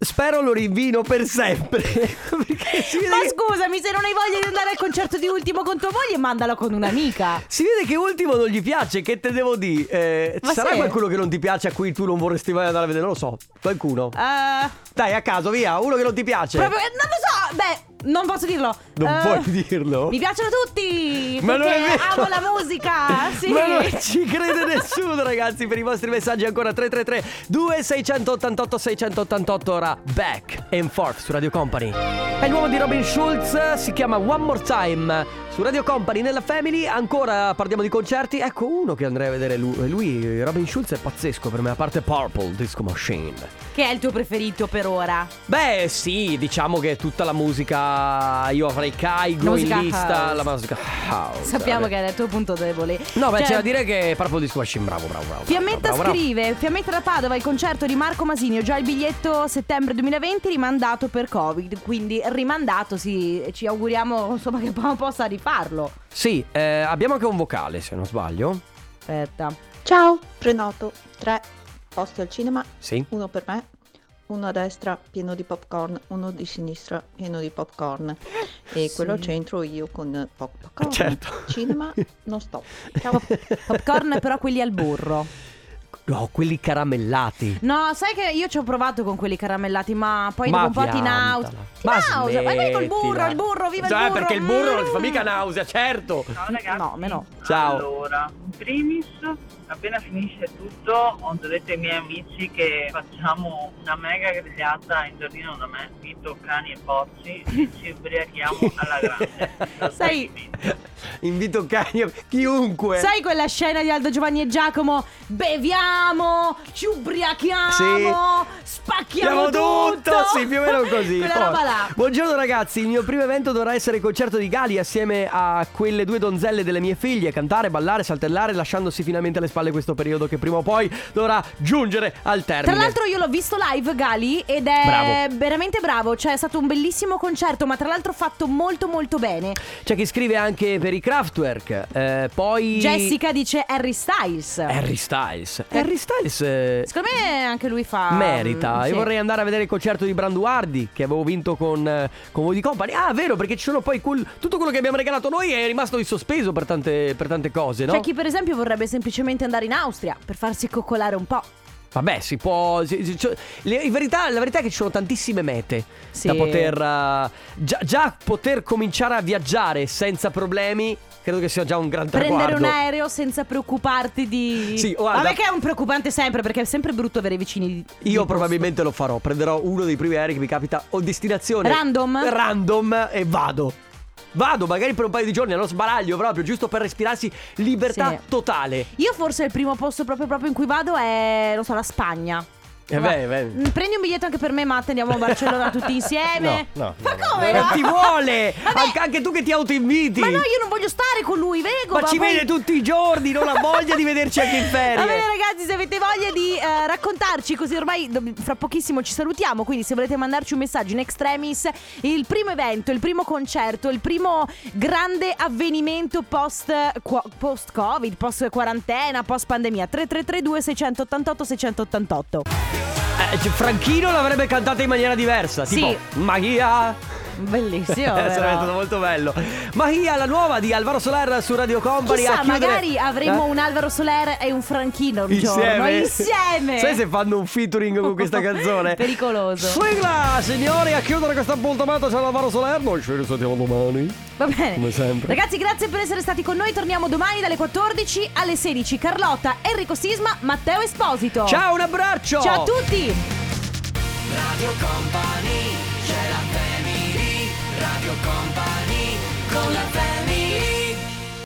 Spero lo rinvino per sempre. Perché si vede
Ma
che-
scusami, se non hai voglia di andare al concerto di Ultimo con tua moglie, mandalo con un'amica.
Si vede che ultimo non gli piace, che te devo dire? Eh,
Ma
sarà
sì.
qualcuno che non ti piace a cui tu non vorresti mai andare a vedere? Non lo so, qualcuno.
Eh,
Dai, a caso, via, uno che non ti piace.
proprio, eh, non lo so, beh, non posso dirlo.
Non
Eh,
puoi dirlo?
Mi piacciono tutti!
Ma non è
perché
vero.
amo la musica! Sì!
Ma non ci crede nessuno, ragazzi, per i vostri messaggi ancora 333 2688 688 ora back and forth su Radio Company. È il nuovo di Robin Schulz, si chiama One More Time su Radio Company nella Family, ancora parliamo di concerti. Ecco uno che andrei a vedere lui, lui Robin Schulz è pazzesco per me, a parte Purple Disco Machine.
Che è il tuo preferito per ora?
Beh, sì, diciamo che tutta la musica io avrei
La
Caigo in
musica
lista,
house.
la musica house.
Sappiamo
vabbè.
che è il tuo punto debole.
No, beh,
Cioè,
c'è da dire che Purple Disco Machine, bravo, bravo, bravo.
Fiammetta
bravo, bravo.
scrive: Fiammetta da Padova, il concerto di Marco Masini. Ho già il biglietto settembre 2020 rimandato per Covid. Quindi rimandato, sì. Ci auguriamo insomma che Paolo possa rifarlo.
Sì, eh, abbiamo anche un vocale, se non sbaglio.
Aspetta.
Ciao, prenoto tre posti al cinema,
Sì.
uno per me, uno a destra pieno di popcorn, uno di sinistra pieno di popcorn e quello al centro io con pop- popcorn.
Certo.
Cinema non stop.
Ciao. Popcorn, però quelli al burro.
No, quelli caramellati.
No, sai che io ci ho provato con quelli caramellati, ma poi
Ma
dopo un po' ti
piantala.
nausea. Ti
Ma
nausea. Ma poi col burro,
smettila.
il burro, viva il
Già,
burro. Mm.
perché il burro non ti fa mica nausea, certo.
No, meno.
Ciao.
Allora, in primis, appena finisce tutto, ho detto ai miei amici che facciamo una mega grigliata in giardino da me, invito cani e porci e ci ubriachiamo alla grande.
Sai,
Invito cani, chiunque.
sai quella scena di Aldo Giovanni e Giacomo? Beviamo, ci ubriachiamo, spacchiamo
Chiamo tutto! Sì, più o meno così.
Quella
Poi.
roba là.
Buongiorno ragazzi, il mio primo evento dovrà essere il concerto di Gali assieme a quelle due donzelle delle mie figlie, cantare, ballare, saltellare, lasciandosi finalmente alle spalle questo periodo che prima o poi dovrà giungere al termine.
Tra l'altro io l'ho visto live Gali ed è veramente bravo, cioè è stato un bellissimo concerto, ma tra l'altro fatto molto molto bene.
C'è chi scrive anche per i Kraftwerk, eh, poi
Jessica dice Harry Styles.
Harry Styles. Harry Styles eh,
Secondo me anche lui fa
merita.
mm, sì.
Io vorrei andare a vedere il concerto di Branduardi che avevo vinto con, eh, con voi di Company. Ah, vero, perché ci sono poi quel- tutto quello che abbiamo regalato noi è rimasto in sospeso per tante, per tante cose, no?
C'è chi per esempio vorrebbe semplicemente andare in Austria per farsi coccolare un po'.
Vabbè, si può. si- si- cioè, le- in verità- la verità è che ci sono tantissime mete da poter. eh, già, già poter cominciare a viaggiare senza problemi, credo che sia già un gran traguardo.
Prendere un aereo senza preoccuparti di...
Sì, guarda-
Vabbè che è un preoccupante sempre perché è sempre brutto avere i vicini di...
Io probabilmente lo farò, prenderò uno dei primi aerei che mi capita o destinazione
Random?
Random e vado. Vado magari per un paio di giorni allo sbaraglio proprio, giusto per respirarsi libertà
Sì.
totale.
Io forse il primo posto proprio, proprio in cui vado è, non so, la Spagna.
E
Ma-
beh, beh.
Mm, Prendi un biglietto anche per me, Matt, andiamo a Barcellona tutti insieme.
No, no,
Ma come
Non
no?
ti vuole!
Vabbè.
Anche- Anche tu che ti autoinviti!
Ma no, io non voglio stare con lui, vengo.
Ma ci
poi-
vede tutti i giorni, non ha voglia di vederci anche in
Va bene
ferie.
ragazzi, se avete voglia di eh, raccontarci, così ormai dobb- fra pochissimo ci salutiamo, quindi se volete mandarci un messaggio in extremis, il primo evento, il primo concerto, il primo grande avvenimento post, qua- post-covid, post-quarantena, post-pandemia, 3332 688 688.
Eh, cioè, Franchino l'avrebbe cantata in maniera diversa, tipo
Sì.
Magia,
Bellissimo.
Eh, Sarebbe
però.
stato molto bello. Mahia, la nuova di Alvaro Soler su Radio Company.
Chissà,
a chiudere-
magari avremo
Eh?
un Alvaro Soler e un Franchino un giorno. Insieme.
Sai se fanno un featuring con questa canzone?
Pericoloso.
Sigla, signori, a chiudere questo appuntamento c'è Alvaro Soler. Noi ci risentiamo domani.
Va bene.
Come sempre.
Ragazzi, grazie per essere stati con noi. Torniamo domani dalle 14 alle 16. Carlotta, Enrico Sisma, Matteo Esposito.
Ciao, un abbraccio.
Oh. Ciao a tutti.
Radio Company, c'è la family, Radio Company, con la family.